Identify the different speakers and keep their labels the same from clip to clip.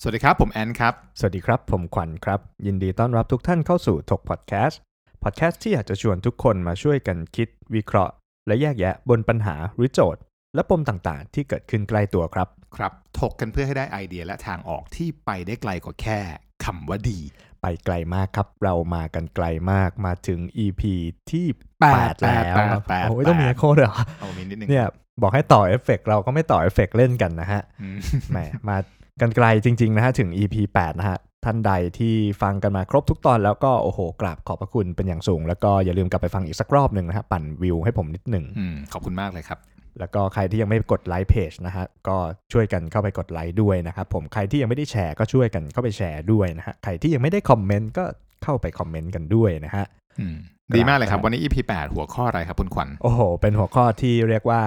Speaker 1: สวัสดีครับ ผมแอนครับ
Speaker 2: สวัสดีครับ ผมขวัญครับ ยินดีต้อนรับทุกท่านเข้าสู่ถกพอดแคสต์พอดแคสต์ที่อยากจะชวนทุกคนมาช่วยกันคิดวิเคราะห์ และแยกแยะบนปัญหาหรือโจทย์ และปมต่างๆ ที่เกิดขึ้นใกล้ตัวครับ
Speaker 1: ครับ ถกกันเพื่อให้ได้ไอเดียและทางออกที่ไปได้ไกลกว่าแค่คำว่าดี
Speaker 2: ไปไกลมากครับ เรามากันไกลมากมาถึง EP ที่
Speaker 1: แปด
Speaker 2: 8แล้ว
Speaker 1: แปด
Speaker 2: ครับ
Speaker 1: แปด
Speaker 2: โอ้
Speaker 1: แป
Speaker 2: ย
Speaker 1: ด
Speaker 2: ต้องมีโค้ดเหรอ
Speaker 1: เอามีนิดนึง
Speaker 2: เนี่ยบอกให้ต่อเอฟเฟกต์เราก็ไม่ต่อเอฟเฟกต์เล่นกันนะฮะ
Speaker 1: อืม
Speaker 2: แหมมากันไกลจริง ๆ นะฮะ ถึง EP 8 นะฮะ ท่านใดที่ฟังกันมาครบทุกตอนแล้วก็โอ้โห กราบขอบพระคุณเป็นอย่างสูง แล้วก็อย่าลืมกลับไปฟังอีกสักรอบหนึ่งนะฮะ ปั่นวิวให้ผมนิดหนึ่ง
Speaker 1: อืมขอบคุณมากเลยครับ
Speaker 2: แล้วก็ใครที่ยังไม่กดไลค์เพจนะฮะ ก็ช่วยกันเข้าไปกดไลค์ด้วยนะครับผมใครที่ยังไม่ได้แชร์ก็ช่วยกันเข้าไปแชร์ด้วยนะฮะใครที่ยังไม่ได้คอมเมนต์ก็เข้าไปคอมเมนต์กันด้วยนะฮะ
Speaker 1: อืม
Speaker 2: ครับ
Speaker 1: ดีมากเลยครับ วันนี้ EP 8 หัวข้ออะไรครับคุณขวัญ
Speaker 2: โอ้โห เป็นหัวข้อที่เรียกว่า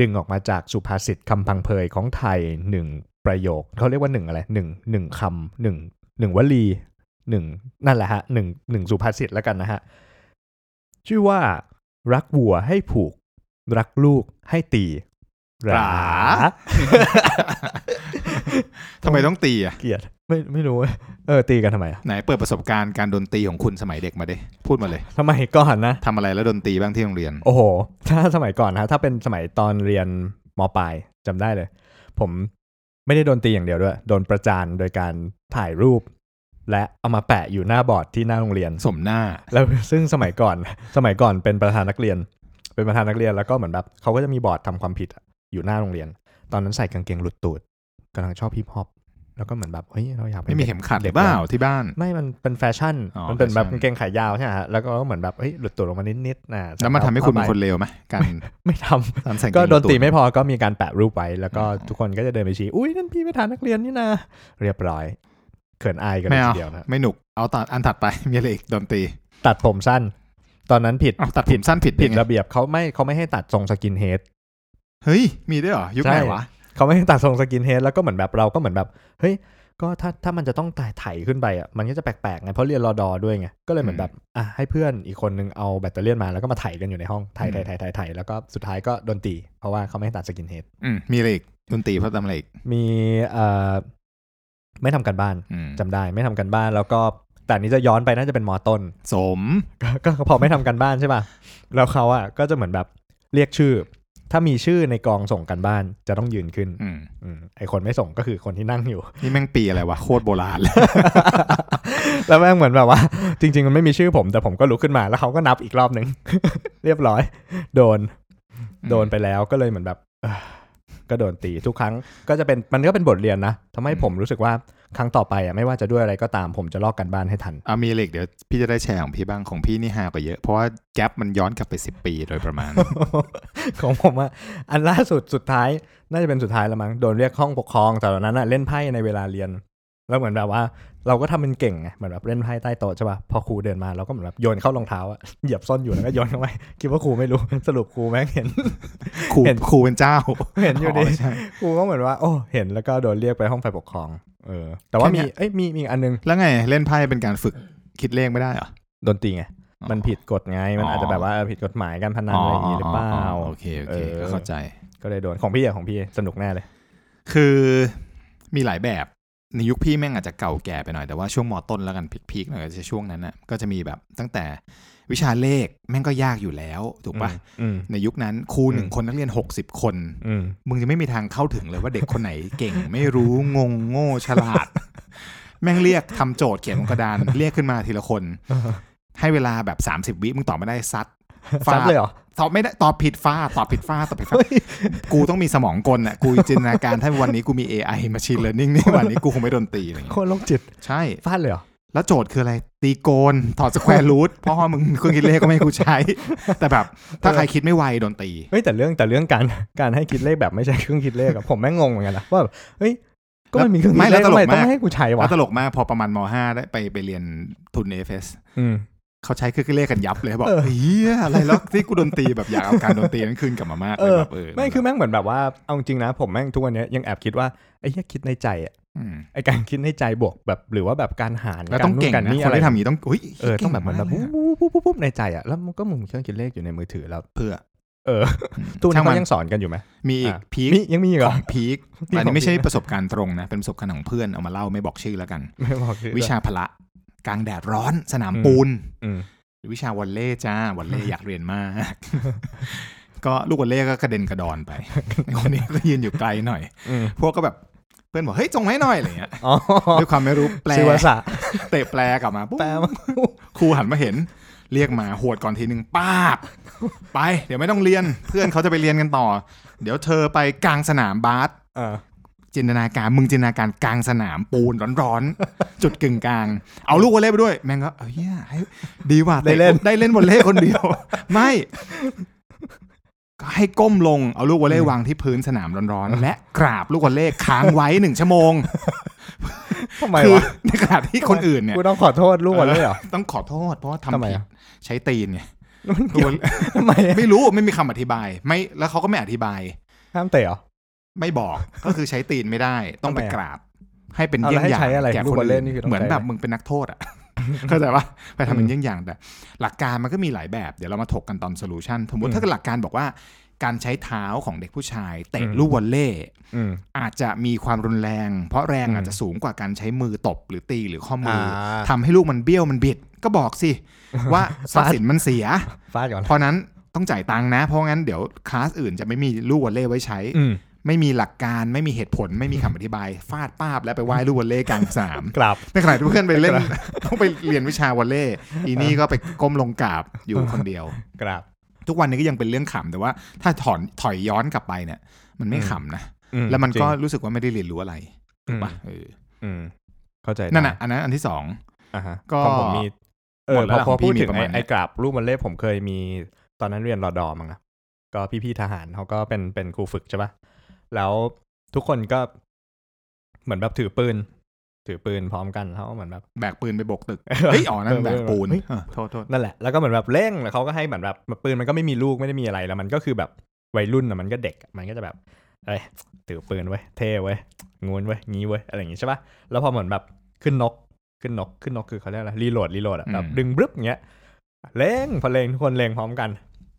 Speaker 2: ดึงออกมาจากสุภาษิตคำพังเพยของไทยหนึ่งประโยค เขาเรียกว่าหนึ่งอะไรหนึ่งหนึ่งคำหนึ่งหนึ่งวลีหนึ่งนั่นแหละฮะหนึ่งหนึ่งสุภาษิตแล้วกันนะฮะ ชื่อว่า รักวัวให้ผูก รักลูกให้ตีห
Speaker 1: หรา ทำไมต้องตีอ่ะ
Speaker 2: เกลียดไม่ไม่รู้เว้ยเออ ตีกันทำไมอะ
Speaker 1: ไหนเปิดประสบการณ์การดนตรีของคุณสมัยเด็กมาดิพูดมาเลย
Speaker 2: ทำไมก่อนนะ
Speaker 1: ทำอะไรแล้วดนตรีบ้างที่โรงเรียน
Speaker 2: โอ้โห ถ้าสมัยก่อนนะถ้าเป็นสมัยตอนเรียนมปลายจำได้เลย ผมไม่ได้โดนตีอย่างเดียวด้วย โดนประจานโดยการถ่ายรูป และเอามาแปะอยู่หน้าบอร์ดที่หน้าโรงเรียน
Speaker 1: สมหน้า
Speaker 2: แล้วซึ่งสมัยก่อน สมัยก่อนเป็นประธานนักเรียน เป็นประธานนักเรียนแล้วก็เหมือนแบบเขาก็จะมีบอร์ดทำความผิดอะอยู่หน้าโรงเรียน ตอนนั้นใส่กางเกงหลุดตูดกำลังชอบฮิปฮอปแล้วก็เหมือนแบบเฮ้ยเราอยากป็น
Speaker 1: ไม่มี
Speaker 2: ด็ก
Speaker 1: เข็มขัดหรือเปล่าที่บ้าน
Speaker 2: ไม่มันเป็นแฟชั่น
Speaker 1: อ๋อ
Speaker 2: มันเป็นแบบ
Speaker 1: แฟชั่น
Speaker 2: กางเกงขายาวใช่ไหมฮะแล้วก็เหมือนแบบเฮ้ยหลุดตัวลงมานิดๆนะ
Speaker 1: แล้วมันทำให้คุณเป็นคนเลวไหมการ
Speaker 2: ไม่ทำ
Speaker 1: ทำแสง
Speaker 2: ก็
Speaker 1: เง
Speaker 2: โดนตี
Speaker 1: ว
Speaker 2: ไม่พอก็มีการแปะรูปไว้ แล้วก็
Speaker 1: อ๋อ
Speaker 2: ทุกคนก็จะเดินไปชี้ อุ้ยนั่นพี่ประธานนักเรียนนี่นะ เรียบร้อย เขินอายกันเล
Speaker 1: ไม่
Speaker 2: ย
Speaker 1: เอา
Speaker 2: ทีเดียวนะ
Speaker 1: ไม่หนุกเอาตอนอันถัดไป มีอะไรอีกดนตรี
Speaker 2: ตัดผมสั้น ตอนนั้นผิด
Speaker 1: เอาตัดผมสั้นผิด
Speaker 2: ผิด
Speaker 1: ยังไง
Speaker 2: ระเบียบเขาไม่เขาไม่ให้ตัดทรงสกินเฮด
Speaker 1: เฮ้ย มีด้วยเหรอ ยุคไหน
Speaker 2: ใช่
Speaker 1: วะ
Speaker 2: เขาไม่ให้ตัดทรงสกินเฮดแล้วก็เหมือนแบบเราก็เหมือนแบบเฮ้ยก็ถ้าถ้ามันจะต้องไต่ไถขึ้นไปอ่ะมันก็จะแปลกๆไงเพราะเรียนรอดอด้วยไงก็เลยเหมือนแบบอ่ะให้เพื่อนอีกคนนึงเอาแบตเตอรี่ยนมาแล้วก็มาไถกันอยู่ในห้องไถไถไถไถไถแล้วก็สุดท้ายก็โดนตีเพราะว่าเขาไม่ให้ตัดสกินเฮด
Speaker 1: อืมมีอะไรอีกดนตรีเพราะทำอะไรอีก
Speaker 2: มีเอ่อไม่ทำการบ้าน
Speaker 1: อืม
Speaker 2: จำได้ไม่ทำกันบ้านแล้วก็แต่อันนี้จะย้อนไปน่าจะเป็นมอต้น
Speaker 1: สม
Speaker 2: ก็ก็พอไม่ทำกันบ้านใช่ป่ะแล้วเขาอ่ะก็จะเหมือนแบบเรียกชื่อ ถ้ามีชื่อในกองส่งกันบ้านจะต้องยืนขึ้น
Speaker 1: อืม
Speaker 2: อมไอคนไม่ส่งก็คือคนที่นั่ง อยู่
Speaker 1: นี่แม่งปีอะไรวะ โคตรโบราณเลย
Speaker 2: แล้วแม่งเหมือนแบบว่า จริง ๆ มันไม่มีชื่อผม แต่ผมก็ลุกขึ้นมาแล้วเขาก็นับอีกรอบหนึ่ง เรียบร้อย โดน โดนไปแล้วก็เลยเหมือนแบบ เอ่อก็โดนตีทุกครั้งก็จะเป็นมันก็เป็นบทเรียนนะทำให้ผมรู้สึกว่าครั้งต่อไปอ่ะไม่ว่าจะด้วยอะไรก็ตามผมจะลอกกันบ้านให้ทัน
Speaker 1: เอามีอะไรอีกเดี๋ยวพี่จะได้แชร์ของพี่บ้างของพี่นี่ห่ากว่าเยอะ เพราะว่าแกลบมันย้อนกลับไป 10 ปีโดยประมาณ
Speaker 2: ของผมอะอันล่าสุดสุดท้ายน่าจะเป็นสุดท้ายและมั้งโดนเรียกห้องปกครองแต่ตอนนั้นอะเล่นไพ่ในเวลาเรียน แล้วเหมือนแบบว่า เราก็ทำเป็นเก่งไงเหมือนแบบเล่นไพ่ใต้โต๊ะใช่ป่ะพอครูเดินมาเราก็เหมือนแบบโยนเข้ารองเท้าอะ เหยียบซ่อนอยู่แล้วก็โยนเข้าไปคิดว่าครูไม่รู้ สรุปครูแม่งเห็น
Speaker 1: ครู
Speaker 2: เห็น
Speaker 1: ครูเป็นเจ้า
Speaker 2: เห็นอยู่ดี
Speaker 1: ใช่
Speaker 2: ครูก็เหมือนว่า โอ้เห็นแล้วก็โดนเรียกไปห้องฝ่ายปกครองเออแต่ว่า
Speaker 1: แค่เนี้
Speaker 2: มี
Speaker 1: ย
Speaker 2: เอ้ยมีมีอีกอันนึง
Speaker 1: แล้วไงเล่นไพ่เป็นการฝึกคิดเลขไม่ได้เหรอ
Speaker 2: โดนตีไงมันผิดกฎไงมัน
Speaker 1: อ๋ออ
Speaker 2: อาจจะแบบว่าผิดกฎหมายการพนันอะไรอย่างงี้หรือเปล่า
Speaker 1: โอเคโอเค
Speaker 2: เออ
Speaker 1: ก็เข้าใจ
Speaker 2: ก็เลยโดนของพี่อะของพี่สนุกแน่เลย
Speaker 1: คือมีหลายแบบในยุคพี่แม่งอาจจะเก่าแก่ไปหน่อยแต่ว่าช่วงมอต้นแล้วกันพีคๆหน่อยก็จะช่วงนั้นน่ะก็จะมีแบบตั้งแต่วิชาเลขแม่งก็ยากอยู่แล้วถูกปะ
Speaker 2: อืม
Speaker 1: ในยุคนั้นครูหนึ่ง
Speaker 2: อืม
Speaker 1: คนนักเรียน 60 คน
Speaker 2: อืม
Speaker 1: มึงจะไม่มีทางเข้าถึงเลยว่าเด็กคนไหนเก่ง ไม่รู้งงโง่ฉลาด แม่งเรียกทำโจทย์เขียนบนกระดาน เรียกขึ้นมาทีละคน ให้เวลาแบบ 30 วิมึงตอบไม่ได้ซัดฟา
Speaker 2: ซัดเลยเหรอ
Speaker 1: ตอบไม่ได้ตอบผิดฟ้าดตอบผิดฟ้าดตอบผิ ดฟ้าด กูต้องมีสมองกลอ่ะ กูจินตนาการถ้าวันนี้กูมี AI Machine Learning นี่วันนี้กูคงไม่โดนตีอะไรอย่าง
Speaker 2: โค
Speaker 1: เงี้ย
Speaker 2: ตรโรคจิต
Speaker 1: ใช่
Speaker 2: ฟาดเลยเหรอ
Speaker 1: แล้วโจทย์คืออะไร ตีโกน ถอดสแควร์รูทพ่อมึงเครื่องคิดเลขก็ไม่ให้กูใช้ แต่แบบ ถ้าใครคิดไม่ไวโดนตี
Speaker 2: เฮ้ยแต่เรื่องแต่เรื่องการการให้คิดเลขแบบไม่ใช่เครื่องคิดเลขอะ ผมแม่งงงเหมือนกันนะว่าแบบเฮ้ยก็มันมีเครื่องคิด
Speaker 1: ไม่แล้
Speaker 2: เล
Speaker 1: ว
Speaker 2: ข
Speaker 1: ตลก
Speaker 2: ทำไมต้อ
Speaker 1: มาก
Speaker 2: งให้กู
Speaker 1: แล้ว
Speaker 2: ใช้ะ
Speaker 1: วตลกมากพอประมาณม .5 ได้ไปไปเรียนทุน AFS
Speaker 2: อืม
Speaker 1: เขาใช้เครื่องคิดเลขกันยับเลยบอก
Speaker 2: เออ
Speaker 1: เฮียอะไรแล้วที่กูโดนตีแบบอยากเอาการโดนตีนั้นคืนกลับมามาก
Speaker 2: เอ
Speaker 1: เลย
Speaker 2: อ
Speaker 1: แบบเออ
Speaker 2: ไม่คือแม่งเหมือนแบบว่าเอาจริงนะ ผมแม่งทุกวันเนี้ยยังแอบคิดว่าไอ้เหี้ยคิดในใจอะ
Speaker 1: ม
Speaker 2: ไอ้การคิดในใจบวกแบบหรือว่าแบบการหาร
Speaker 1: แล้ว
Speaker 2: กา
Speaker 1: ต้อ
Speaker 2: รง นู่
Speaker 1: เก่ง
Speaker 2: นการ
Speaker 1: นะ
Speaker 2: นี่
Speaker 1: คน
Speaker 2: อะไร
Speaker 1: ที่ทำอย่างนี้ต้องอุ้ย
Speaker 2: เออต้องแบบเหมือนแบบ
Speaker 1: ก่
Speaker 2: ปุ๊
Speaker 1: งากล
Speaker 2: บ
Speaker 1: ยะ
Speaker 2: ปุ๊บปุ๊บปุ๊บในใจอะแล้วมันก็มึงเครื่องคิดเลขอยู่ในมือถือแล้ว
Speaker 1: เพื่อ
Speaker 2: เออตู้นี้
Speaker 1: ช่างมั
Speaker 2: เขา
Speaker 1: น
Speaker 2: ยังสอนกันอยู่ไหม
Speaker 1: มีอีก
Speaker 2: ะ
Speaker 1: พีค
Speaker 2: มียังมีอีกเหร
Speaker 1: ข
Speaker 2: อ
Speaker 1: องพีค
Speaker 2: นี่ของ
Speaker 1: อันนี้ไม่ใช่
Speaker 2: พีคนะ
Speaker 1: ประสบการณ์ตรงนะ เป็นประสบการณ์ของเพื่อนเอามาเล่าไม่บอกชื่อแล้วกัน
Speaker 2: ไม่บอกชื่อ
Speaker 1: วิชาพละกลางแดดร้อน สนามปูน
Speaker 2: อืม
Speaker 1: วิชาวอลเล่จ้าวอ ลเล่ อยากเรียนมาก ก็ลูกวอลเล่ก็กระเด็นกระด อนไป คนนี้ก็ยืนอยู่ไกลหน่อย
Speaker 2: อืม
Speaker 1: พวกก็แบบเพื่อนบอกเฮ้ยจงไว้หน่อยอะไรเงี้ย
Speaker 2: อ๋อ
Speaker 1: ด้วยความไม่รู้แปล
Speaker 2: ศิว ศะ
Speaker 1: เตะแปลกลับมาปุ๊บ
Speaker 2: แปลว่า
Speaker 1: ครูหันมาเห็น เรียกมาหวดก่อนทีนึงป้าบ ไป เดี๋ยวไม่ต้องเรียน เพื่อนเขาจะไปเรียนกันต่อ เดี๋ยวเธอไปกลางสนามบาส
Speaker 2: เออ
Speaker 1: จินตนาการมึงจินตนาการกลางสนามปูนร้อนๆ จุดกึ่งกลาง เอาลูกวอลเล่ไปด้วย แม่งก็เอ้ยเหี้ยให้ดีว่ะ
Speaker 2: ได้เล่น
Speaker 1: ตะได้เล่นวอลเล่คนเดียว ไม่ ก็ให้ก้มลงเอาลูกวอลเล่วางที่พื้นสนามร้อนๆ และกราบลูกวอลเล่ค้างไว้ห นึ่งชั่วโมง
Speaker 2: ทำไม
Speaker 1: คือ
Speaker 2: วะ
Speaker 1: ในขณะที่คนอื่นเนี่ย
Speaker 2: กูต้องขอโทษลูกวอลเลยเหรอ
Speaker 1: ต้องขอโทษ เพราะว่า
Speaker 2: ทำ
Speaker 1: ทำ
Speaker 2: ไม
Speaker 1: ผิด
Speaker 2: อะ
Speaker 1: ใช้ตีนไง
Speaker 2: มันเกี่ยวทำไมอะ
Speaker 1: ไม่รู้ไม่มีคำอธิบาย ไม่แล้วเขาก็ไม่อธิบาย
Speaker 2: ห้ามเตะเหรอ
Speaker 1: ไม่บอก ก็คือใช้ตีนไม่ได้ ต้องไป
Speaker 2: ทำไมอะ
Speaker 1: กราบ ให้เป็น
Speaker 2: เอา
Speaker 1: เยี่ย
Speaker 2: แล้ว
Speaker 1: งอย่าง
Speaker 2: ให้ใช้อะไร
Speaker 1: แก่
Speaker 2: ลู
Speaker 1: ค
Speaker 2: ก
Speaker 1: น
Speaker 2: บอลเล่นนี่
Speaker 1: อื่
Speaker 2: คื
Speaker 1: นเห
Speaker 2: อต้อง
Speaker 1: มือน
Speaker 2: ใช้อะ
Speaker 1: แบ
Speaker 2: ไร
Speaker 1: บมึงเป็นนักโทษอ่ะ เข้าใจปะไปทำเป็
Speaker 2: อื
Speaker 1: น
Speaker 2: ม
Speaker 1: เยี่ยงอย่างแต่ หลักการมันก็มีหลายแบบเดี๋ยวเรามาถกกันตอนโซลูชันสมม
Speaker 2: อื
Speaker 1: ติ
Speaker 2: ม
Speaker 1: ถ้าเกิดหลักการบอกว่า การใช้เท้าของเด็กผู้ชาย
Speaker 2: อื
Speaker 1: เตะ
Speaker 2: ม
Speaker 1: ลูกวอลเล่
Speaker 2: อืม
Speaker 1: อาจจะมีความรุนแรง เพราะแรง
Speaker 2: อืม
Speaker 1: อาจจะสูงกว่าการใช้มือตบหรือตีหรือข้อมื
Speaker 2: อ่า
Speaker 1: ออทำให้ลูกมันเบี้ยวมันบิด ก็บอก สิ ว่าทรัพย์สินมันเสีย
Speaker 2: ฟาดก่อน
Speaker 1: เพราะนั้นต้องจ่ายตังค์นะ เพราะงั้นเดี๋ยวคลาสอื่นจะไม่มีลูกวอลเล่ไว้ใช้
Speaker 2: อืม
Speaker 1: ไม่มีหลักการไม่มีเหตุผลไม่มีคำอธิบาย ฟาดป้าบแล้วไปไหว้ลูกวอลเล่กลางสน าม
Speaker 2: กราบ
Speaker 1: ในขณะที่เพื่อนไปเล่น ต้องไปเรียนวิชาวอลเล่อีนี่ก็ไปก้มลงกราบอยู่คนเดียว
Speaker 2: กราบ
Speaker 1: ทุกวันนี้ก็ยังเป็นเรื่องขำแต่ว่าถ้าถอนถอยย้อนกลับไปเนี่ย มันไม่ขำนะ
Speaker 2: อื
Speaker 1: แล้วมันก็
Speaker 2: จริง
Speaker 1: รู้สึกว่าไม่ได้เรียนรู้อะไรถูกปะเออ
Speaker 2: อืมเข้าใจ
Speaker 1: นั่นน่ะ
Speaker 2: ได้
Speaker 1: อันนั้นอันที่สอง
Speaker 2: อ่าฮะ
Speaker 1: ก็
Speaker 2: ของผมมีเอ
Speaker 1: หม
Speaker 2: อ
Speaker 1: ดแล้
Speaker 2: พ
Speaker 1: ว
Speaker 2: อ
Speaker 1: ล่ะ
Speaker 2: พอ
Speaker 1: ของพี่
Speaker 2: พูด
Speaker 1: มี
Speaker 2: ถึง
Speaker 1: ประมา
Speaker 2: ไอ้
Speaker 1: ณเนี้ย
Speaker 2: ไอ้กราบลูกวอลเล่ผมเคยมีตอนนั้นเรียนรอดอมั้งนะก็พี่ๆทหารเขาก็เป็นเป็นครูฝึกใช่ปะแล้วทุกคนก็ เหมือนแบบถือปืน ถือปืนพร้อมกันเขาเหมือนแบบ
Speaker 1: แบกปืนไปโบกตึกเฮ้ยอ๋อนั่น
Speaker 2: เออ
Speaker 1: แบกปูน
Speaker 2: เฮ้ย
Speaker 1: เออโทษโทษ
Speaker 2: นั่นแหละ แล้วก็เหมือนแบบเร่งแล้วเขาก็ให้เหมือนแบบปืนมันก็ไม่มีลูกไม่ได้มีอะไรแล้วมันก็คือแบบวัยรุ่นอ่ะมันก็เด็กอะมันก็จะแบบเอ้ยถือปืนไว้ยเท่ไว้ยงูนไว้ยงี้ไว้ยอะไรอย่างงี้ใช่ปะแล้วพอเหมือนแบบขึ้นนกขึ้นนกขึ้นนกคือเขาเรียกอะไรรีโหลดรีโหลดอะแบบดึงบรึ๊บอย่างเงี้ยเร่งพอเร่งทุกคนเร่งพร้อมกัน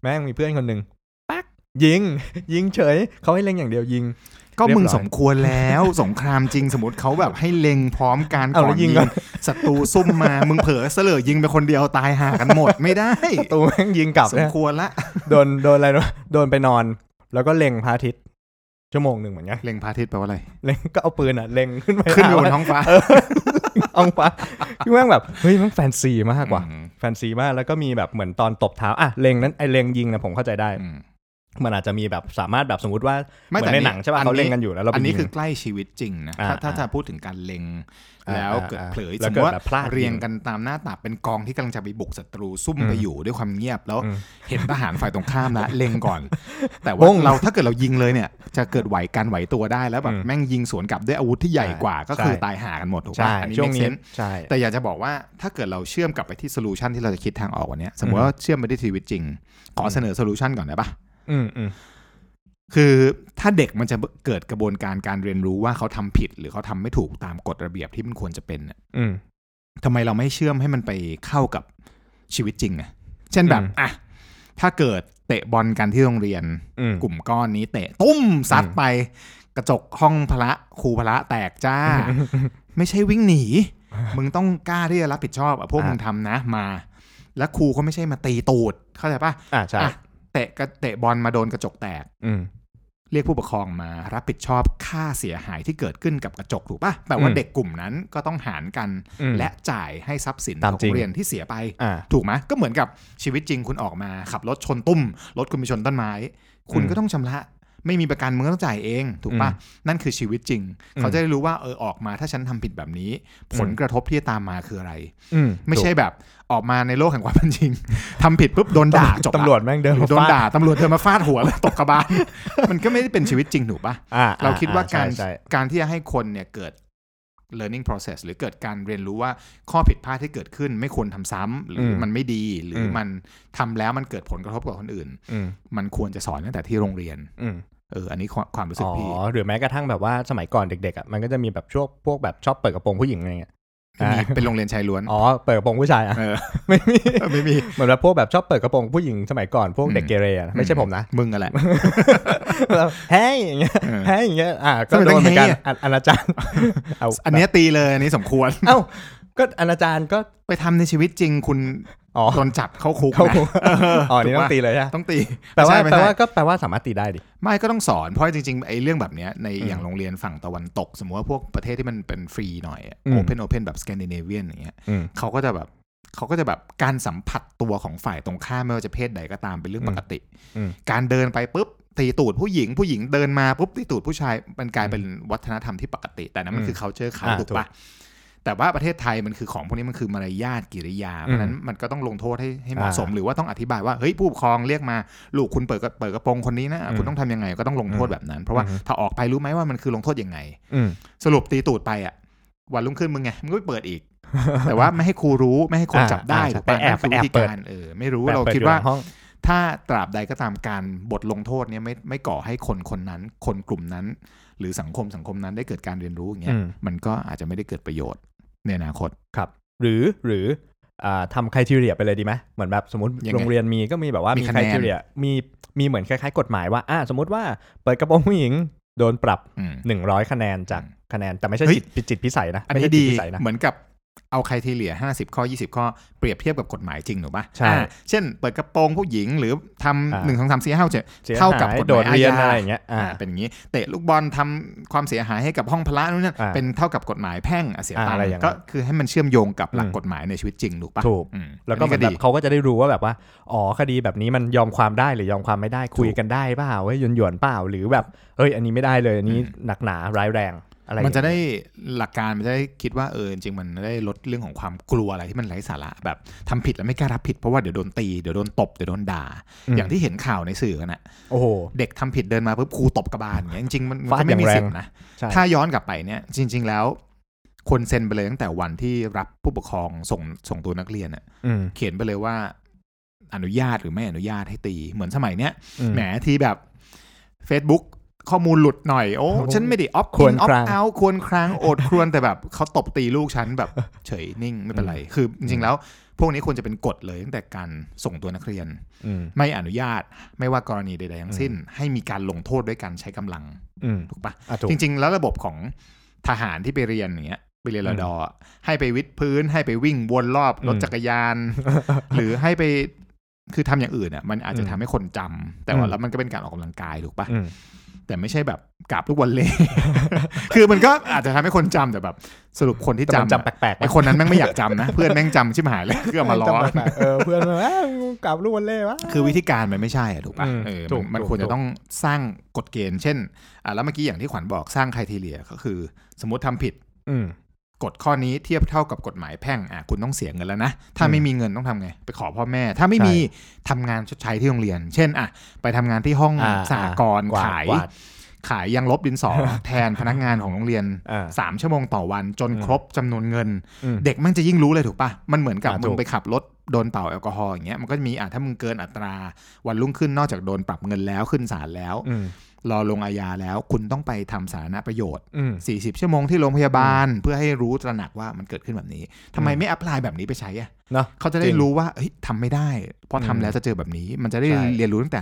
Speaker 2: แม่งมีเพื่อนคนหนึ่งปักยิง ยิงเฉยเขาให้เร่งอย่างเดียวยิง
Speaker 1: ก็มึง
Speaker 2: เรียบร้อย
Speaker 1: สมควรแล้ว สงครามจริงสมมติเขาแบบให้เล็งพร้อมกัน
Speaker 2: เอา
Speaker 1: ก่อ
Speaker 2: แล้
Speaker 1: น
Speaker 2: วยิ
Speaker 1: ยิ
Speaker 2: ง
Speaker 1: ง
Speaker 2: ก่อน
Speaker 1: ศัตรูซุ่มมามึงเผลอเสลอยิงไปคนเดียวตายห่ากันหมดไม่ได้
Speaker 2: ตัวแม่งยิงกลั บ
Speaker 1: ส
Speaker 2: นะ
Speaker 1: มควรละ
Speaker 2: โดนโดนอะไรนะโดนไปนอน แล้วก็เล็งพระอาทิตย์ชั่วโมงหนึ่งเหมือนกัน
Speaker 1: เล็งพระอาทิตย์แปลว่าอะไร
Speaker 2: เล็งก็เอาปืนอ่ะเล็งขึ้นไป
Speaker 1: ขึ้นไปบน
Speaker 2: หา
Speaker 1: ท้องฟ้า
Speaker 2: เอาฟ้าคือแม่งแบบเฮ้ยแมันแฟนซีมากกว่า
Speaker 1: อืม
Speaker 2: แฟนซีมากแล้วก็มีแบบเหมือนตอนตบเท้าอ่ะเล็งนั้นไอเล็งยิงนะผมเข้าใจได้
Speaker 1: อืม
Speaker 2: มันอาจจะมีแบบสามารถแบบสมมติว่าเห
Speaker 1: ไม่
Speaker 2: มือ
Speaker 1: แต่
Speaker 2: นในหนังใช่ป่ะเขาเล็งกันอยู่แล้วเรา
Speaker 1: อั
Speaker 2: ไป
Speaker 1: นนี้
Speaker 2: ยิง
Speaker 1: คือใกล้ชีวิตจริงนะ
Speaker 2: อ่า
Speaker 1: ถ้าถ้า
Speaker 2: อ่า
Speaker 1: จะพูดถึงการเล็ง
Speaker 2: อ่า
Speaker 1: แล้ว
Speaker 2: อ่า
Speaker 1: เกิดเผลอ
Speaker 2: แล้
Speaker 1: ส
Speaker 2: ว
Speaker 1: ม
Speaker 2: เกิ
Speaker 1: มติ
Speaker 2: ด
Speaker 1: ว่า
Speaker 2: แบบพลาด
Speaker 1: เรียงกันตามหน้าตาเป็นกองที่กำลังจะไปบุกศัตรูซุ่ม
Speaker 2: อืม
Speaker 1: ไปอยู่ด้วยความเงียบแล้ว
Speaker 2: อืม
Speaker 1: เห็นทหารฝ่ายตรงข้าม ละ เล็งก่อน แต่
Speaker 2: บุ้
Speaker 1: ว่าง เราถ้าเกิดเรายิงเลยเนี่ย จะเกิดไหวการไหวตัวได้แล้วแบ
Speaker 2: อื
Speaker 1: บ
Speaker 2: ม
Speaker 1: แม่งยิงสวนกลับด้วยอาวุธที่ใหญ่กว่า ก็คือ
Speaker 2: ใช่
Speaker 1: ตายห่ากันหมดถูก
Speaker 2: ใช่
Speaker 1: ป่ะอันนี้
Speaker 2: ช่วง
Speaker 1: make
Speaker 2: นี้
Speaker 1: sense
Speaker 2: ใช่
Speaker 1: แต่อยากจะบอกว่าถ้าเกิดเราเชื่อมกลับไปที่โซลูชันที่เราจะคิดทางออกวันเนี้ยสมมติว่าเชื่อมไปที่ชีวิตจริง ขอเสนอโซลูชันก่อนได้ปะ
Speaker 2: อืมอืม
Speaker 1: คือถ้าเด็กมันจะเกิดกระบวนการการเรียนรู้ว่าเขาทำผิด หรือเขาทำไม่ถูกตามกฎระเบียบที่มันควรจะเป็นน่ะ
Speaker 2: อืม
Speaker 1: ทำไมเราไม่เชื่อมให้มันไปเข้ากับชีวิตจริงอะเช่นแบบ
Speaker 2: อืม
Speaker 1: อ่ะถ้าเกิดเตะบอลกันที่โรงเรียน
Speaker 2: อืม
Speaker 1: กลุ่มก้อนนี้เตะตุ้มซัดไป กระจกห้องพระครูพระแตก จ้า ไม่ใช่วิ่งหนี มึงต้องกล้าที่จะรับผิดชอบอะพวก
Speaker 2: อ่ะ
Speaker 1: มึงทำนะมา และครูเขาไม่ใช่มาตีตูดเข้าใจปะ
Speaker 2: อ่าใช่
Speaker 1: อ่ะเตะกระเตะบอลมาโดนกระจกแตก
Speaker 2: อืม
Speaker 1: เรียกผู้ปกครองมารับผิดชอบค่าเสียหายที่เกิดขึ้นกับกระจกถูกปะแต่ว่า
Speaker 2: อืม
Speaker 1: เด็กกลุ่มนั้นก็ต้องหารกัน
Speaker 2: อืม
Speaker 1: และจ่ายให้ทรัพย์สินข
Speaker 2: ตาม
Speaker 1: อง
Speaker 2: จริง
Speaker 1: โรงเรียนที่เสียไป
Speaker 2: อ่า
Speaker 1: ถูกไหมก็เหมือนกับชีวิตจริงคุณออกมา ขับรถชนตุ้ม รถคุณไปชนต้นไม้ คุณ
Speaker 2: อืม
Speaker 1: ก็ต้องชำระ ไม่มีประกันมึงก็ต้องจ่ายเอง ถูกปะนั่นคือชีวิตจริง
Speaker 2: อืม
Speaker 1: เขาจะได้รู้ว่าเออออกมาถ้าฉันทำผิดแบบนี้ ผลกระทบที่จะตามมาคืออะไร
Speaker 2: อืม
Speaker 1: ไม่ใช่แบบออกมาในโลกแห่งความเป็นจริง ทำผิดปุ๊บโดนด่าจบละ
Speaker 2: ตำรวจแม่งเดิน
Speaker 1: หรือ
Speaker 2: มา
Speaker 1: โดน
Speaker 2: ฟาด
Speaker 1: ด่าตำรวจเธอมาฟาดหัวแล้วตบกระบาล มันก็ไม่ได้เป็นชีวิตจริงถูกปะ
Speaker 2: อ่อ่
Speaker 1: เราคิดว่า
Speaker 2: อ่
Speaker 1: การ
Speaker 2: ใช่ใช่
Speaker 1: การที่จะให้คนเนี่ยเกิด learning process หรือเกิดการเรียนรู้ว่าข้อผิดพลาดที่เกิดขึ้นไม่ควรทำซ้ำหรือมันไม่ดีหรือมันทำแล้วมันเกิดผลกระทบกับคนอื่น
Speaker 2: อืม
Speaker 1: มันควรจะสอนตั้งแต่ที่โรงเรียน
Speaker 2: อืม
Speaker 1: เอออันนี้ความความรู้สึก
Speaker 2: อ๋อ
Speaker 1: พี่
Speaker 2: หรือแม้กระทั่งแบบว่าสมัยก่อนเด็กๆอ่ะมันก็จะมีแบบช่วงพวกแบบชอบเปิดกระโปรงผู้หญิงอะไรเงี้ย
Speaker 1: มีเป็นโรงเรียนชายล้วน
Speaker 2: อ๋อเปิดกระโปรงผู้ชายอ่ะ
Speaker 1: เออ
Speaker 2: ไม่มี
Speaker 1: ไม่มี
Speaker 2: เหมือนแบบพวกแบบชอบเปิดกระโปรงผู้หญิงสมัยก่อนพวก
Speaker 1: อืม
Speaker 2: เด็กเกเรอะไม่ใช่ผมนะ
Speaker 1: มึงอะแหละ
Speaker 2: แบบเฮ้ยอย่างเงี้ย
Speaker 1: เออ
Speaker 2: เฮ้ยอย่างเงี้ยอ่ะก็
Speaker 1: ทำไม
Speaker 2: โด
Speaker 1: ต้อน ง
Speaker 2: เหมือนกัน
Speaker 1: เฮ้ยอะ
Speaker 2: อ่ะอนาจารย์เอา
Speaker 1: อันเนี้ยตีเลยอันนี้สมควร
Speaker 2: เอ้าก็อนาจารย์ก็
Speaker 1: ไปทำในชีวิตจริงคุณ
Speaker 2: อ๋อ
Speaker 1: โดนจับเข้าคุก
Speaker 2: เขา
Speaker 1: นะ
Speaker 2: อ๋อนี่ต้องตีเลยใช่ไหม
Speaker 1: ต้องตี
Speaker 2: แปลว่า
Speaker 1: ไม่ใช่
Speaker 2: แปล
Speaker 1: ไม่ใช่
Speaker 2: ว่าก็แปลว่าสามารถตีได้ดิ
Speaker 1: ไม่ก็ต้องสอนเพราะจริงๆไอ้เรื่องแบบเนี้ยใน
Speaker 2: อืม
Speaker 1: อย่างโรงเรียนฝั่งตะวันตก สมมติว่าพวกประเทศที่มันเป็นฟรีหน่อย
Speaker 2: อืม
Speaker 1: โอเพนโอเพนแบบสแกนดิเนเวียนอย่างเงี้ย
Speaker 2: อืม
Speaker 1: เขาก็จะแบบเขาก็จะแบบการสัมผัสตัวของฝ่ายตรงข้ามไม่ว่าจะเพศใดก็ตามเป็นเรื่องปกติ
Speaker 2: อืม
Speaker 1: การเดินไปปุ๊บตีตูดผู้หญิงผู้หญิงเดินมาปุ๊บตีตูดผู้ชายมันกลายเป็นวัฒนธรรมที่ปกติ แต่นั้นมันคือ culture เขา
Speaker 2: อ่า
Speaker 1: ถูกปะแต่ว่าประเทศไทยมันคือของพวกนี้มันคือมารยาทกิริยาเพราะฉะนั้นมันก็ต้องลงโทษให้ให้เหมาะสม หรือว่าต้องอธิบายว่าเฮ้ยผู้ปกครองเรียกมาลูกคุณเปิดกระเปิดกระโปรงคนนี้นะคุณต้องทำยังไงก็ต้องลงโทษแบบนั้น เพราะว่า
Speaker 2: อืม
Speaker 1: ถ้าออกไปรู้ไหมว่ามันคือลงโทษยังไง
Speaker 2: อืม
Speaker 1: สรุปตีตูดไปอ่ะ วันรุ่งขึ้นมึงไง มึงก็ไปเปิดอีก แต่ว่าไม่ให้ครูรู้ไม่ให้คน
Speaker 2: อ่า
Speaker 1: จับได้
Speaker 2: อ่าใช่
Speaker 1: ถูก
Speaker 2: ไป
Speaker 1: ปะ
Speaker 2: แอบ
Speaker 1: นั่นคือวิ
Speaker 2: ไปแอบ
Speaker 1: ธี
Speaker 2: เปิด
Speaker 1: การเออไม่รู้
Speaker 2: แบบ
Speaker 1: เรา
Speaker 2: ปิ
Speaker 1: คิด
Speaker 2: อยู่
Speaker 1: ว่า
Speaker 2: ในห้อง
Speaker 1: ถ้าตราบใดก็ตามการบทลงโทษเนี่ยไม่ไม่ก่อให้คนคนนั้น คนกลุ่มนั้น หรือสังคมสังคมนั้นได้เกิดการเรียนรู้อย่างเงี้
Speaker 2: อื
Speaker 1: ย
Speaker 2: ม
Speaker 1: มันก็อาจจะไม่ได้เกิดประโยชน์ในอนาคต
Speaker 2: ครับหรือหรืออ่าทำครทีเรียไปเลยดีไหมเหมือนแบบสมมติ
Speaker 1: ยังไง
Speaker 2: โรงเรียนมีก็มีแบบว่ามี
Speaker 1: มี
Speaker 2: ค
Speaker 1: คะ
Speaker 2: ร
Speaker 1: แนน
Speaker 2: ทีเรียมีมีเหมือนคล้ายๆกฎหมายว่าอ่าสมมติว่าเปิดกระโปรงผู้หญิงโดนปรับ
Speaker 1: อืม
Speaker 2: 100 คะแนนจากคะแนนแต่ไม่ใช่
Speaker 1: เฮ้ย
Speaker 2: จิตผิดจิตพิสัยนะ
Speaker 1: อัน
Speaker 2: ไม่
Speaker 1: นี้
Speaker 2: ใช่จิ
Speaker 1: ดี
Speaker 2: ตพิสัยนะ
Speaker 1: เหมือนกับเอาใครทีเหลีย50 ข้อ 20 ข้อเปรียบเทียบกับกฎหมายจริงหนูปะ
Speaker 2: ใช่
Speaker 1: อ่าเช่น เปิดกระโปรงผู้หญิงหรือท
Speaker 2: อ่า
Speaker 1: ำหนึ่งสองสามสี่ห้าหกเจ็ด
Speaker 2: สียหย
Speaker 1: เท่ากับกฎหมาย
Speaker 2: โดดเรียน
Speaker 1: อาญา
Speaker 2: อะไรอย่างเงี้ยอ่า
Speaker 1: อ่าเป็นอย่างนี้เตะลูกบอลทำความเสียหายให้กับห้องพละนู่นนั่น
Speaker 2: อ่า
Speaker 1: เป็นเท่ากับกฎหมายแพ่งอ่ะเสียตัง
Speaker 2: อ่าอะไรอย่างนั้
Speaker 1: ค์
Speaker 2: น
Speaker 1: ก็คือให้มันเชื่อมโยงกับหลัก
Speaker 2: อืม
Speaker 1: กฎหมายในชีวิตจริงถูกปะ
Speaker 2: ถูก
Speaker 1: อืม
Speaker 2: แล้วก็
Speaker 1: อัน
Speaker 2: เหมื
Speaker 1: นี้ก็
Speaker 2: อนแบ
Speaker 1: ดี
Speaker 2: บเขาก็จะได้รู้ว่าแบบว่าอ๋อคดีแบบนี้มันยอมความได้หรือยอมความไม่ได้คุยกันได้เปล่าเว้ยหยวนๆเปล่าหรือแบบเอ้ยอันนี้ไม่ได้เลยอันนี้
Speaker 1: อืม
Speaker 2: หนักหนาร้ายแรงอะไร
Speaker 1: มันจะ
Speaker 2: อย่างเงี้ย
Speaker 1: ได้หลักการมันจะได้คิดว่าเออจริงๆมันได้ลดเรื่องของความกลัวอะไรที่มันไร้สาระแบบทำผิดแล้วไม่กล้ารับผิดเพราะว่าเดี๋ยวโดนตีเดี๋ยวโดนตบเดี๋ยวโดนด่า อย่างที่เห็นข่าวในสื่อกันน่ะ
Speaker 2: โอ้โห
Speaker 1: เด็กทำผิดเดินมาปุ๊บครูตบกระบาลอย่างเงี้ยจริงๆมันมัน
Speaker 2: ฟาด
Speaker 1: ก็ไม่มี
Speaker 2: อย่างแรง
Speaker 1: สิทธินะ
Speaker 2: ใช่
Speaker 1: ถ้าย้อนกลับไปเนี่ยจริง ๆแล้วควรเซ็นไปเลยตั้งแต่วันที่รับผู้ปกครองส่งส่งตัวนักเรียนน่ะ
Speaker 2: อืม
Speaker 1: เขียนไปเลยว่าอนุญาตหรือไม่อนุญาตให้ตี เหมือนสมัยเนี้ย
Speaker 2: อืม
Speaker 1: แหมที่แบบ Facebook ข้อมูลหลุดหน่อยโอ้
Speaker 2: ครับผม
Speaker 1: ฉันไม่ได้ออฟ
Speaker 2: ควร
Speaker 1: ออ
Speaker 2: ครา
Speaker 1: ฟ
Speaker 2: ง
Speaker 1: เอาควรครางโอดครวนแต่แบบเขาตบตีลูกฉันแบบ เฉยนิ่งไม่เป็นไร คือจริงๆแล้ว พวกนี้ควรจะเป็นกฎเลยตั้งแต่การส่งตัวนักเรียน
Speaker 2: อืม
Speaker 1: ไม่อนุญาตไม่ว่ากรณีใดๆทั้งสิ้น ให้มีการลงโทษด้วยการใช้กำลัง
Speaker 2: อืม
Speaker 1: ถูกปะ
Speaker 2: อ่ะถูก
Speaker 1: จริงๆ แล้วระบบของทหารที่ไปเรียนอย่างเงี้ยไปเรียน
Speaker 2: อืม
Speaker 1: ระดอให้ไปวิดพื้น ให้ไปวิ่งวนรอบ
Speaker 2: อืม
Speaker 1: รถจักรยาน หรือให้ไปคือทำอย่างอื่นอ่ะมันอาจจะ
Speaker 2: อืม
Speaker 1: ทำให้คนจำแต่
Speaker 2: อื
Speaker 1: ว่าม แล้วมันก็เป็นการออกกำลังกายถูกปะ
Speaker 2: อืม
Speaker 1: แต่ไม่ใช่ แบบกราบลูกบอล เลย คือมันก็อาจจะทำให้คนจำแต่แบบ สรุปคนที่
Speaker 2: แต่มัน
Speaker 1: จำ
Speaker 2: จำแปลกๆ
Speaker 1: ไอคนนั้นแม่งไม่อยากจำนะ เพื่อนแม่งจำชิบหาย เลยคือเอามาล้อ
Speaker 2: เออเพื่อนมาเอ้ยมึงกลับลูกวันเล่วะ
Speaker 1: คือวิธีการมันไม่ใช่อะถูกปะ
Speaker 2: อืม
Speaker 1: เออ
Speaker 2: ถู
Speaker 1: มั
Speaker 2: ก
Speaker 1: นมัน
Speaker 2: ถูก
Speaker 1: ควร
Speaker 2: ถู
Speaker 1: จะ
Speaker 2: ก
Speaker 1: ต้องสร้างกฎเกณฑ์ เช่นอ่ะแล้วเมื่อกี้อย่างที่ขวัญบอกสร้างค r i ทีเรียก็คือ สมมติทำผิด
Speaker 2: อืม
Speaker 1: กฎข้อนี้เทียบเท่ากับกฎหมายแพ่งอ่ะคุณต้องเสียเงินแล้วนะ ถ้าไม่มีเงินต้องทำไง ไปขอพ่อแม่ ถ้าไม่
Speaker 2: ใช่
Speaker 1: มีทำงานชดใช้ที่โรงเรียน เช่นอ่ะไปทำงานที่ห้อง
Speaker 2: อ่
Speaker 1: สหกรณ์
Speaker 2: วด
Speaker 1: ขาย
Speaker 2: กวด
Speaker 1: ขายยังลบดิน สอ แทนพนักงานของโรงเรียน
Speaker 2: อ่า
Speaker 1: สามชั่วโมงต่อวันจนครบจำนวนเงิน
Speaker 2: อืม
Speaker 1: เด็กมันจะยิ่งรู้เลยถูกปะมันเหมือนกับ
Speaker 2: อ่ามึ
Speaker 1: มึ
Speaker 2: ถู
Speaker 1: ง
Speaker 2: ก
Speaker 1: ไปขับรถโดนเป่าแอลกอฮอล์อย่างเงี้ยมันก็จะมีอ่ะถ้ามึงเกินอัตรา วันรุ่งขึ้นนอกจากโดนปรับเงินแล้วขึ้นศาลแล้ว
Speaker 2: อืม
Speaker 1: รอลงอาญาแล้วคุณต้องไปทำสาธารณประโยชน์
Speaker 2: อืม
Speaker 1: 40 ชั่วโมงที่โรงพยาบาล เพื่อให้รู้ตระหนักว่ามันเกิดขึ้นแบบนี้ทำไม
Speaker 2: อืม
Speaker 1: ไม่อัพพลายแบบนี้ไปใช้อ่ะ
Speaker 2: เนอะ
Speaker 1: เขาจะได้
Speaker 2: จริง
Speaker 1: รู้ว่าเฮ้ยทำไม่ได้เพราะ
Speaker 2: อืม
Speaker 1: ทำแล้วจะเจอแบบนี้ มันจะได้
Speaker 2: ใช่
Speaker 1: เรียนรู้ตั้งแต่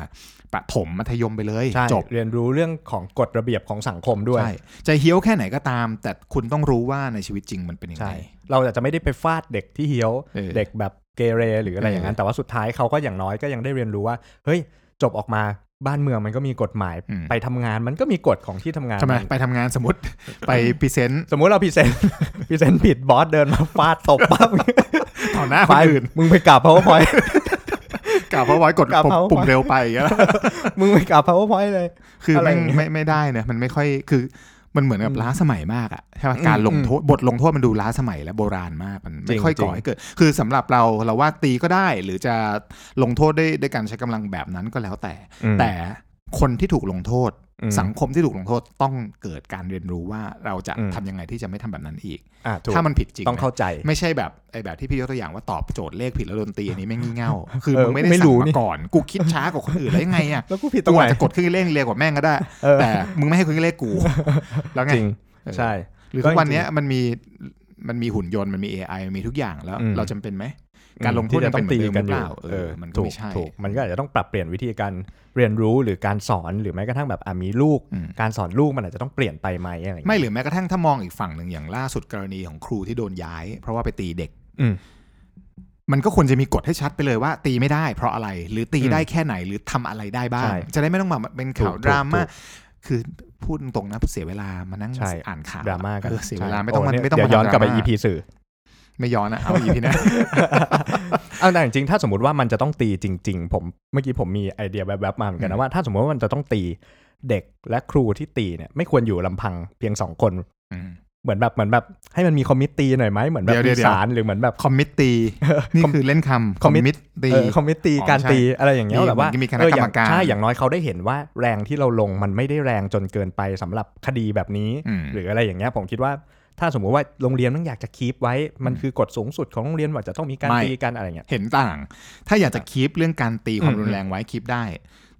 Speaker 1: ประถมมัธยมไปเลย
Speaker 2: ใช่
Speaker 1: จบ
Speaker 2: เรียนรู้เรื่องของกฎระเบียบของสังคมด้วย
Speaker 1: ใช่จะเฮี้ยวแค่ไหนก็ตาม แต่คุณต้องรู้ว่าในชีวิตจริงมันเป็นยังไง
Speaker 2: เราอาจจะไม่ได้ไปฟาดเด็กที่เฮี้ยว
Speaker 1: เออ
Speaker 2: เด็กแบบเกเรหรืออะไรอย่างนั้น แต่ว่าสุดท้ายเขาก็อย่างน้อยก็ยังได้เรียนรู้ว่าเฮ้ยจบออกมาบ้านเมืองมันก็มีกฎหมาย
Speaker 1: อืม
Speaker 2: ไปทำงานมันก็มีกฎของที่ทำงาน
Speaker 1: ทำไม
Speaker 2: น
Speaker 1: ไปทำงานสมมติ ไปพรีเซนต์
Speaker 2: สมมุติเราพรีเซนต์ พรีเซนต์ผิดบอสเดินมาฟาดตบ ปั๊บ
Speaker 1: ต่อหน้าคนอื่น
Speaker 2: มึงไปกราบ powerpoint
Speaker 1: กล่าวเพราะไว้กด
Speaker 2: กล่าว
Speaker 1: ปุ่ม
Speaker 2: เพราะไว้
Speaker 1: ปุ่มเร็วไปอย่างเงี้ย
Speaker 2: มึงไปกราบ powerpoint เลย
Speaker 1: คือ
Speaker 2: อะไร
Speaker 1: ไม่
Speaker 2: อย่างเงี้ย
Speaker 1: ไม่ไม่ได้เนอะมันไม่ค่อยคือมันเหมือนกับล้าสมัยมากอะใช่ปะการลงโทษบทลงโทษมันดูล้าสมัยและโบราณมากมัน
Speaker 2: จริ
Speaker 1: ไม่
Speaker 2: ง
Speaker 1: ค่อย
Speaker 2: จริง
Speaker 1: ก่อให้เกิด คือสำหรับเราเราว่าตีก็ได้ หรือจะลงโทษด้วยด้วยการใช้กำลังแบบนั้นก็แล้วแต่ แต่คนที่ถูกลงโทษ
Speaker 2: อืม
Speaker 1: สังคมที่ถูกลงโทษต้องเกิดการเรียนรู้ว่าเราจะ
Speaker 2: อืม
Speaker 1: ทำยังไงที่จะไม่ทำแบบนั้นอีก
Speaker 2: อ่ะถูก
Speaker 1: ถ้ามันผิดจริง
Speaker 2: ต้อง
Speaker 1: นะ
Speaker 2: เข้าใจ
Speaker 1: ไม่ใช่แบบไอ้แบบที่พี่ยกตัวอย่างว่าตอบโจทย์เลขผิดแล้วโดนตีอันนี้ไม่งงี่เง่า คือ
Speaker 2: เออ
Speaker 1: มึงไม่ได้
Speaker 2: ไม่รู้
Speaker 1: สั่ง
Speaker 2: นี่
Speaker 1: มาก่อน กูคิดช้ากว่าคนอื่นแล้วยังไงอ่ะ
Speaker 2: แล้วกูผิดตร
Speaker 1: กู
Speaker 2: งไหน
Speaker 1: อาจจะกดเครื่องคิดเลขเร็วกว่าแม่งก็ได้
Speaker 2: เออ
Speaker 1: แต่มึงไม่ให้เครื่องคิดเลขกู แล้วไง
Speaker 2: จริง
Speaker 1: เออ
Speaker 2: ใช่
Speaker 1: หรือทุกวันเนี้ยมันมี มันมีหุ่นยนต์มันมี AI มันมีทุกอย่างแล้ว
Speaker 2: อืม
Speaker 1: เราจำเป็นไหม การลงโทษ
Speaker 2: ที่
Speaker 1: ยั
Speaker 2: จะ
Speaker 1: งเป็นเหมือนเดิมหรือเปล่า
Speaker 2: ยู่
Speaker 1: เออมันก็
Speaker 2: ถู
Speaker 1: ไม่ใช่
Speaker 2: ถูกมันก็อาจจะต้องปรับเปลี่ยนวิธีการเรียนรู้หรือการสอนหรือแม้กระทั่งแบบอ่ะมีลูก
Speaker 1: อืม
Speaker 2: การสอนลูกมันอาจจะต้องเปลี่ยนไปไหมอะไรอย่าง
Speaker 1: ไม่
Speaker 2: เงี้ย
Speaker 1: หรือแม้กระทั่งถ้ามองอีกฝั่งหนึ่งอย่างล่าสุดกรณีของครูที่โดนย้าย เพราะว่าไปตีเด็ก
Speaker 2: อืม
Speaker 1: มันก็ควรจะมีกฎให้ชัดไปเลยว่า ตีไม่ได้เพราะอะไร หรือตี
Speaker 2: อืม
Speaker 1: ได้แค่ไหนหรือทำอะไรได้บ้าง
Speaker 2: ใช่
Speaker 1: จะได้ไม่ต้องมาเป็นข่าว
Speaker 2: ถูก
Speaker 1: ดราม่า
Speaker 2: ถูก
Speaker 1: คือพูดตรงๆนะเสียเวลามานั่ง
Speaker 2: ใช่
Speaker 1: อ่านข่าว
Speaker 2: ดราม่ากัน
Speaker 1: เออเสียเวลา
Speaker 2: ใช่
Speaker 1: ไม่ต้องมา
Speaker 2: โเนี่ย
Speaker 1: ไม่ต้อง
Speaker 2: เดี๋ย
Speaker 1: มาว
Speaker 2: ย้อนกลับไป
Speaker 1: ทำดราม่า
Speaker 2: EP สื่อ
Speaker 1: ไม่ย้อนนะเอา EP หนะ
Speaker 2: เอาแต่จริงๆ ถ้าสมมติว่ามันจะต้องตีจริง ๆ ผมเมื่อกี้ผมมีไอเดียแวบๆมาเหมือนกัน
Speaker 1: อื
Speaker 2: นะ
Speaker 1: ม
Speaker 2: ว่าถ้าสมมติว่ามันจะต้องตีเด็กและครูที่ตีเนี่ยไม่ควรอยู่ลำพังเพียงสองคนเหมือนแบบเหมือนแบบให้มันมีคอมมิตตีหน่อยไหมเหมือนแบบ
Speaker 1: เดี๋ยวๆ
Speaker 2: มี
Speaker 1: เดี๋ยว
Speaker 2: สารหรือเหมือนแบบ
Speaker 1: คอมมิต ตีนี่คือเล่นคำคอม
Speaker 2: commit
Speaker 1: มิตตี
Speaker 2: เออคอมมิตตี
Speaker 1: อ๋อ
Speaker 2: การ
Speaker 1: ใช่
Speaker 2: ตีอะไรอย่างเงี้ย
Speaker 1: มี
Speaker 2: แบบว่า
Speaker 1: เหมือนมีคณะ
Speaker 2: เอออย่
Speaker 1: ก
Speaker 2: ง
Speaker 1: รรมการ
Speaker 2: ใช่อย่างน้อยเขาได้เห็นว่าแรงที่เราลงมันไม่ได้แรงจนเกินไปสำหรับคดีแบบนี้
Speaker 1: ม
Speaker 2: หรืออะไรอย่างเงี้ยผมคิดว่าถ้าสมมุติว่าโรงเรียนต้องอยากจะคีปไว้มันคือกฎสูงสุดของโรงเรียนว่าจะต้องมีการ
Speaker 1: ไม่
Speaker 2: ตีกันอะไรอย่างเงี้ย
Speaker 1: เห็นต่าง ถ้าอยากจะคีปเรื่องการตีความ
Speaker 2: อืม
Speaker 1: รุนแรงไว้คีปได้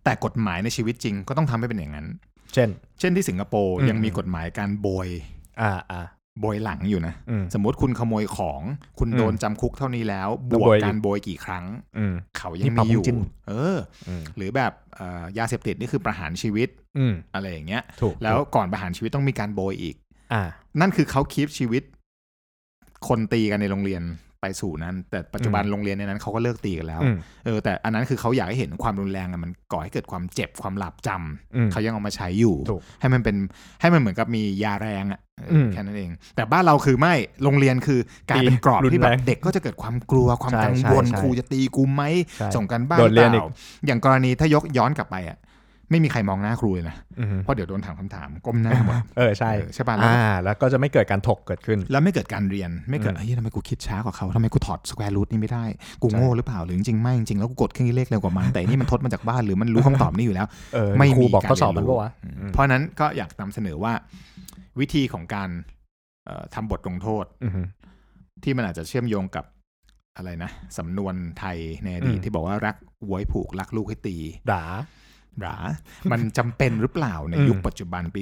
Speaker 1: แต่กฎหมายในชีวิตจริงก็ต้องทำให้เป็นอย่างนั้น
Speaker 2: เช่น
Speaker 1: เช่นที่สิงคโปร์
Speaker 2: อืม
Speaker 1: ยังมีกฎหมายการโบย
Speaker 2: อ่าอ่า
Speaker 1: โบยหลังอยู่นะ
Speaker 2: อืม
Speaker 1: สมมติคุณขโมยของ คุณ
Speaker 2: อืม
Speaker 1: โดนจำคุกเท่านี้แล้ว บ
Speaker 2: แล้ว
Speaker 1: ว
Speaker 2: โบ
Speaker 1: ก
Speaker 2: ยอีก
Speaker 1: การโบยกี่ครั้ง
Speaker 2: อืม
Speaker 1: เขา
Speaker 2: นี่
Speaker 1: ยัง
Speaker 2: ปรั
Speaker 1: มี
Speaker 2: บ
Speaker 1: อยู่
Speaker 2: จริง
Speaker 1: เออ
Speaker 2: อืม
Speaker 1: หรือแบบเอ่อยาเสพติดนี่คือประหารชีวิต
Speaker 2: อืม
Speaker 1: อะไรอย่างเงี้ย
Speaker 2: ถูก
Speaker 1: แล้ว
Speaker 2: ถูก
Speaker 1: ก่อนประหารชีวิตต้องมีการโบยอีก
Speaker 2: อ่า
Speaker 1: นั่นคือเขาคีปชีวิต คนตีกันในโรงเรียนไปสู่นั้น แต่ปัจจุบัน
Speaker 2: อืม
Speaker 1: โรงเรียนในนั้นเขาก็เลิกตีกันแล้ว
Speaker 2: อืม
Speaker 1: เออแต่อันนั้นคือเขาอยากให้เห็นความรุนแรงอะมันก่อให้เกิดความเจ็บความหลับจำ
Speaker 2: อืม
Speaker 1: เขายังเอามาใช้อยู่
Speaker 2: ถูก
Speaker 1: ให้มันเป็นให้มันเหมือนกับมียาแรงอะเอออ
Speaker 2: ม
Speaker 1: แค่นั้นเอง แต่บ้านเราคือไม่โรงเรียนคือกลารเป็นกรอบ
Speaker 2: รุนแรง
Speaker 1: ที่แบบเด็กก็จะเกิดความกลัวความ
Speaker 2: ใช่
Speaker 1: กังวล
Speaker 2: ใช่ใช่
Speaker 1: ครูจะตีกูไหม
Speaker 2: ใช่
Speaker 1: ส่งกันบ้าน
Speaker 2: โดนเรียน
Speaker 1: เป
Speaker 2: อี
Speaker 1: ล่าก อย่างกรณีถ้ายกย้อนกลับไปอะไม่มีใครมองหน้าครูเลยนะ
Speaker 2: อืม
Speaker 1: เพราะเดี๋ยวโดนถามคำถามก้มหน้าหมด
Speaker 2: เออใช่
Speaker 1: เออใช่ป่ะแล้ว
Speaker 2: อ่า แล้วก็จะไม่เกิดการถกเกิดขึ้น
Speaker 1: แล้วไม่เกิดการเรียนไม่เกิด
Speaker 2: อืม
Speaker 1: เฮ้ยทำไมกูคิดช้ากว่าเขาทำไมกูถอดสแควรูทนี่ไม่ได้กู
Speaker 2: ใช่
Speaker 1: โง่หรือเปล่าหรือจริงๆไม่จริงๆแล้วกูกดเครื่องคิดเลขเร็วกว่ามันแต่อันนี่มันทดมาจากบ้านหรือมันรู้คำตอบนี้อยู่แล้ว
Speaker 2: เออ
Speaker 1: ไม่มี
Speaker 2: ครูบอก
Speaker 1: การ
Speaker 2: ข้อสอบ
Speaker 1: เรี
Speaker 2: มั
Speaker 1: ย
Speaker 2: น
Speaker 1: นรู้
Speaker 2: ก็ว่า
Speaker 1: เพราะนั้นก็อยากนำเสนอว่าวิธีของการเอ่อทำบทลงโทษ
Speaker 2: อืม
Speaker 1: ที่มันอาจจะเชื่อมโยงกับอะไรนะสำนวนไทยในอดีต
Speaker 2: อืม
Speaker 1: ที่บอกว่ารักไว้ผูกรักลูกให้ตี
Speaker 2: ด่า
Speaker 1: หรา มันจำเป็นหรือเปล่าใน
Speaker 2: อืม
Speaker 1: ยุคปัจจุบันปี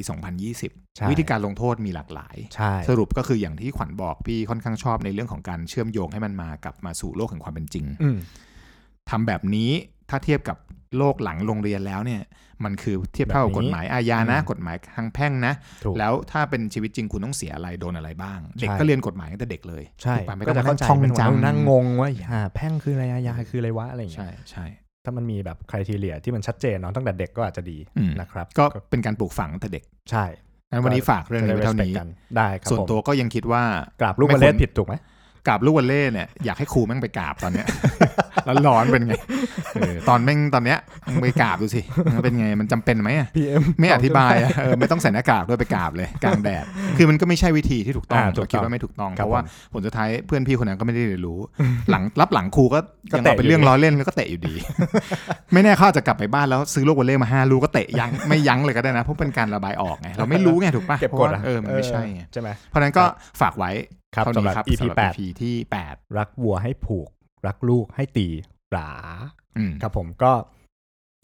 Speaker 2: ใช่
Speaker 1: 2020 วิธีการลงโทษมีหลากหลาย
Speaker 2: ใช่
Speaker 1: สรุปก็คืออย่างที่ขวัญบอกพี่ค่อนข้างชอบในเรื่องของการเชื่อมโยงให้มันมากลับมาสู่โลกแห่งความเป็นจริง
Speaker 2: อืม
Speaker 1: ทำแบบนี้ถ้าเทียบกับโลกหลังโรงเรียนแล้วเนี่ย มันคือเทียบเท่ากับกฎหมายอาญานะ กฎหมายทางแพ่งนะ
Speaker 2: ถูก
Speaker 1: แล้วถ้าเป็นชีวิตจริงคุณต้องเสียอะไรโดนอะไรบ้าง เด็ก
Speaker 2: ใช่
Speaker 1: ก็เรียนกฎหมายตั้งแต่เด็กเลย
Speaker 2: ใช่
Speaker 1: ถูกปะไม่ต้
Speaker 2: ก็
Speaker 1: องมา
Speaker 2: จะ
Speaker 1: นั่
Speaker 2: เข้าง ใจ
Speaker 1: ท่อง
Speaker 2: เป็น
Speaker 1: จำ
Speaker 2: นั่งงงว่าอ่าแพ่งคืออะไรอาญาคืออะไรวะอะไรอย่างเงี้ย
Speaker 1: ใช่ใช่
Speaker 2: ถ้ามันมีแบบคุณทีเรียที่มันชัดเจนเนาะตั้งแต่เด็กก็อาจจะดี
Speaker 1: อืม
Speaker 2: นะครับ
Speaker 1: ก็เป็นการปลูกฝังตั้งแต่เด็ก
Speaker 2: ใช่
Speaker 1: งั้นวันนี้ฝากเรื่องนี้ไว้เท่านี้
Speaker 2: จะได้ respect กันได้ครับ
Speaker 1: ส่วน
Speaker 2: ผม
Speaker 1: ตัวก็ยังคิดว่าก ก
Speaker 2: ราบลูกวอลเล่ผิดถูกไหม
Speaker 1: กราบลูกวอลเล่เนี่ยอยากให้ครูแม่งไปกราบตอนเนี้ย แล้วร้อนเป็นไงเออตอนแม่งตอนเนี้ยมึงไปกราบดูสิมันเป็นไงมันจำเป็นไหมอะ
Speaker 2: พีเอ็ม
Speaker 1: ไม่อธิ บายอะเออไม่ต้องใส่หน้ากากด้วยไปกราบเลยกลางแดดคือมันก็ไม่ใช่วิธีที่ถูกต้อง
Speaker 2: อ่า
Speaker 1: ผม
Speaker 2: ถูกต้อง
Speaker 1: คิดว่าไม่ถูกต้อง
Speaker 2: ครั
Speaker 1: เพ
Speaker 2: บ
Speaker 1: ราะว่าผลสุดท้ายเพื่อนพี่คนนั้นก็ไม่ได้เรียน รู้ หลังรับหลังครูก็
Speaker 2: ก็
Speaker 1: ยัง
Speaker 2: เตะ
Speaker 1: เอา
Speaker 2: อยู่
Speaker 1: เป็นเรื่องล้อเล่นแล้วก็เตะอยู่ดี ไม่แน่เขาอาจจะกลับไปบ้านแล้วซื้อลูกวอลเล่มาห้าลูกก็เตะยั้งไม่ยั้งเลยก็ได้นะเพราะเป็นการระบายออกไงเราไม่รู้ไงถูกปะ
Speaker 2: เก็บ
Speaker 1: พราะ
Speaker 2: กด
Speaker 1: ว่าเออมันไม่ใช่ไง
Speaker 2: ใช่ไหม
Speaker 1: เพราะฉะนั้นก็ฝากไว้
Speaker 2: ครับ
Speaker 1: เท่า
Speaker 2: สำหรั
Speaker 1: นี้
Speaker 2: บ
Speaker 1: ครับ
Speaker 2: EP
Speaker 1: สำหรับ
Speaker 2: แปด
Speaker 1: EP ที่แปด
Speaker 2: รักวัวให้ผูก รักลูกให้ตีหลา
Speaker 1: อืม
Speaker 2: ครับผมก็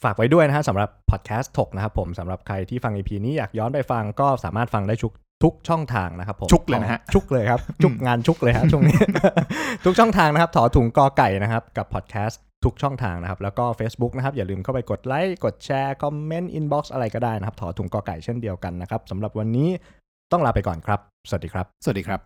Speaker 2: ฝากไว้ด้วยนะฮะสำหรับพอดแคสต์ถกนะครับผมสำหรับใครที่ฟัง EP นี้อยากย้อนไปฟังก็สามารถฟังได้ทุกทุกช่องทางนะครับผม
Speaker 1: ชุกเลยนะฮะ
Speaker 2: ชุกเลยครับชุกงานชุกเลยฮะช่วงนี้ ทุกช่องทางนะครับถอถุงกอไก่นะครับกับพอดแคสต์ทุกช่องทางนะครับแล้วก็ Facebook นะครับอย่าลืมเข้าไปกดไลค์กดแชร์คอมเมนต์อินบ็อกซ์อะไรก็ได้นะครับถอถุงกอไก่เช่นเดียวกันนะครับสำหรับวันนี้ต้องลาไปก่อนครับ สวัสดีครับ
Speaker 1: สวัสดีครับ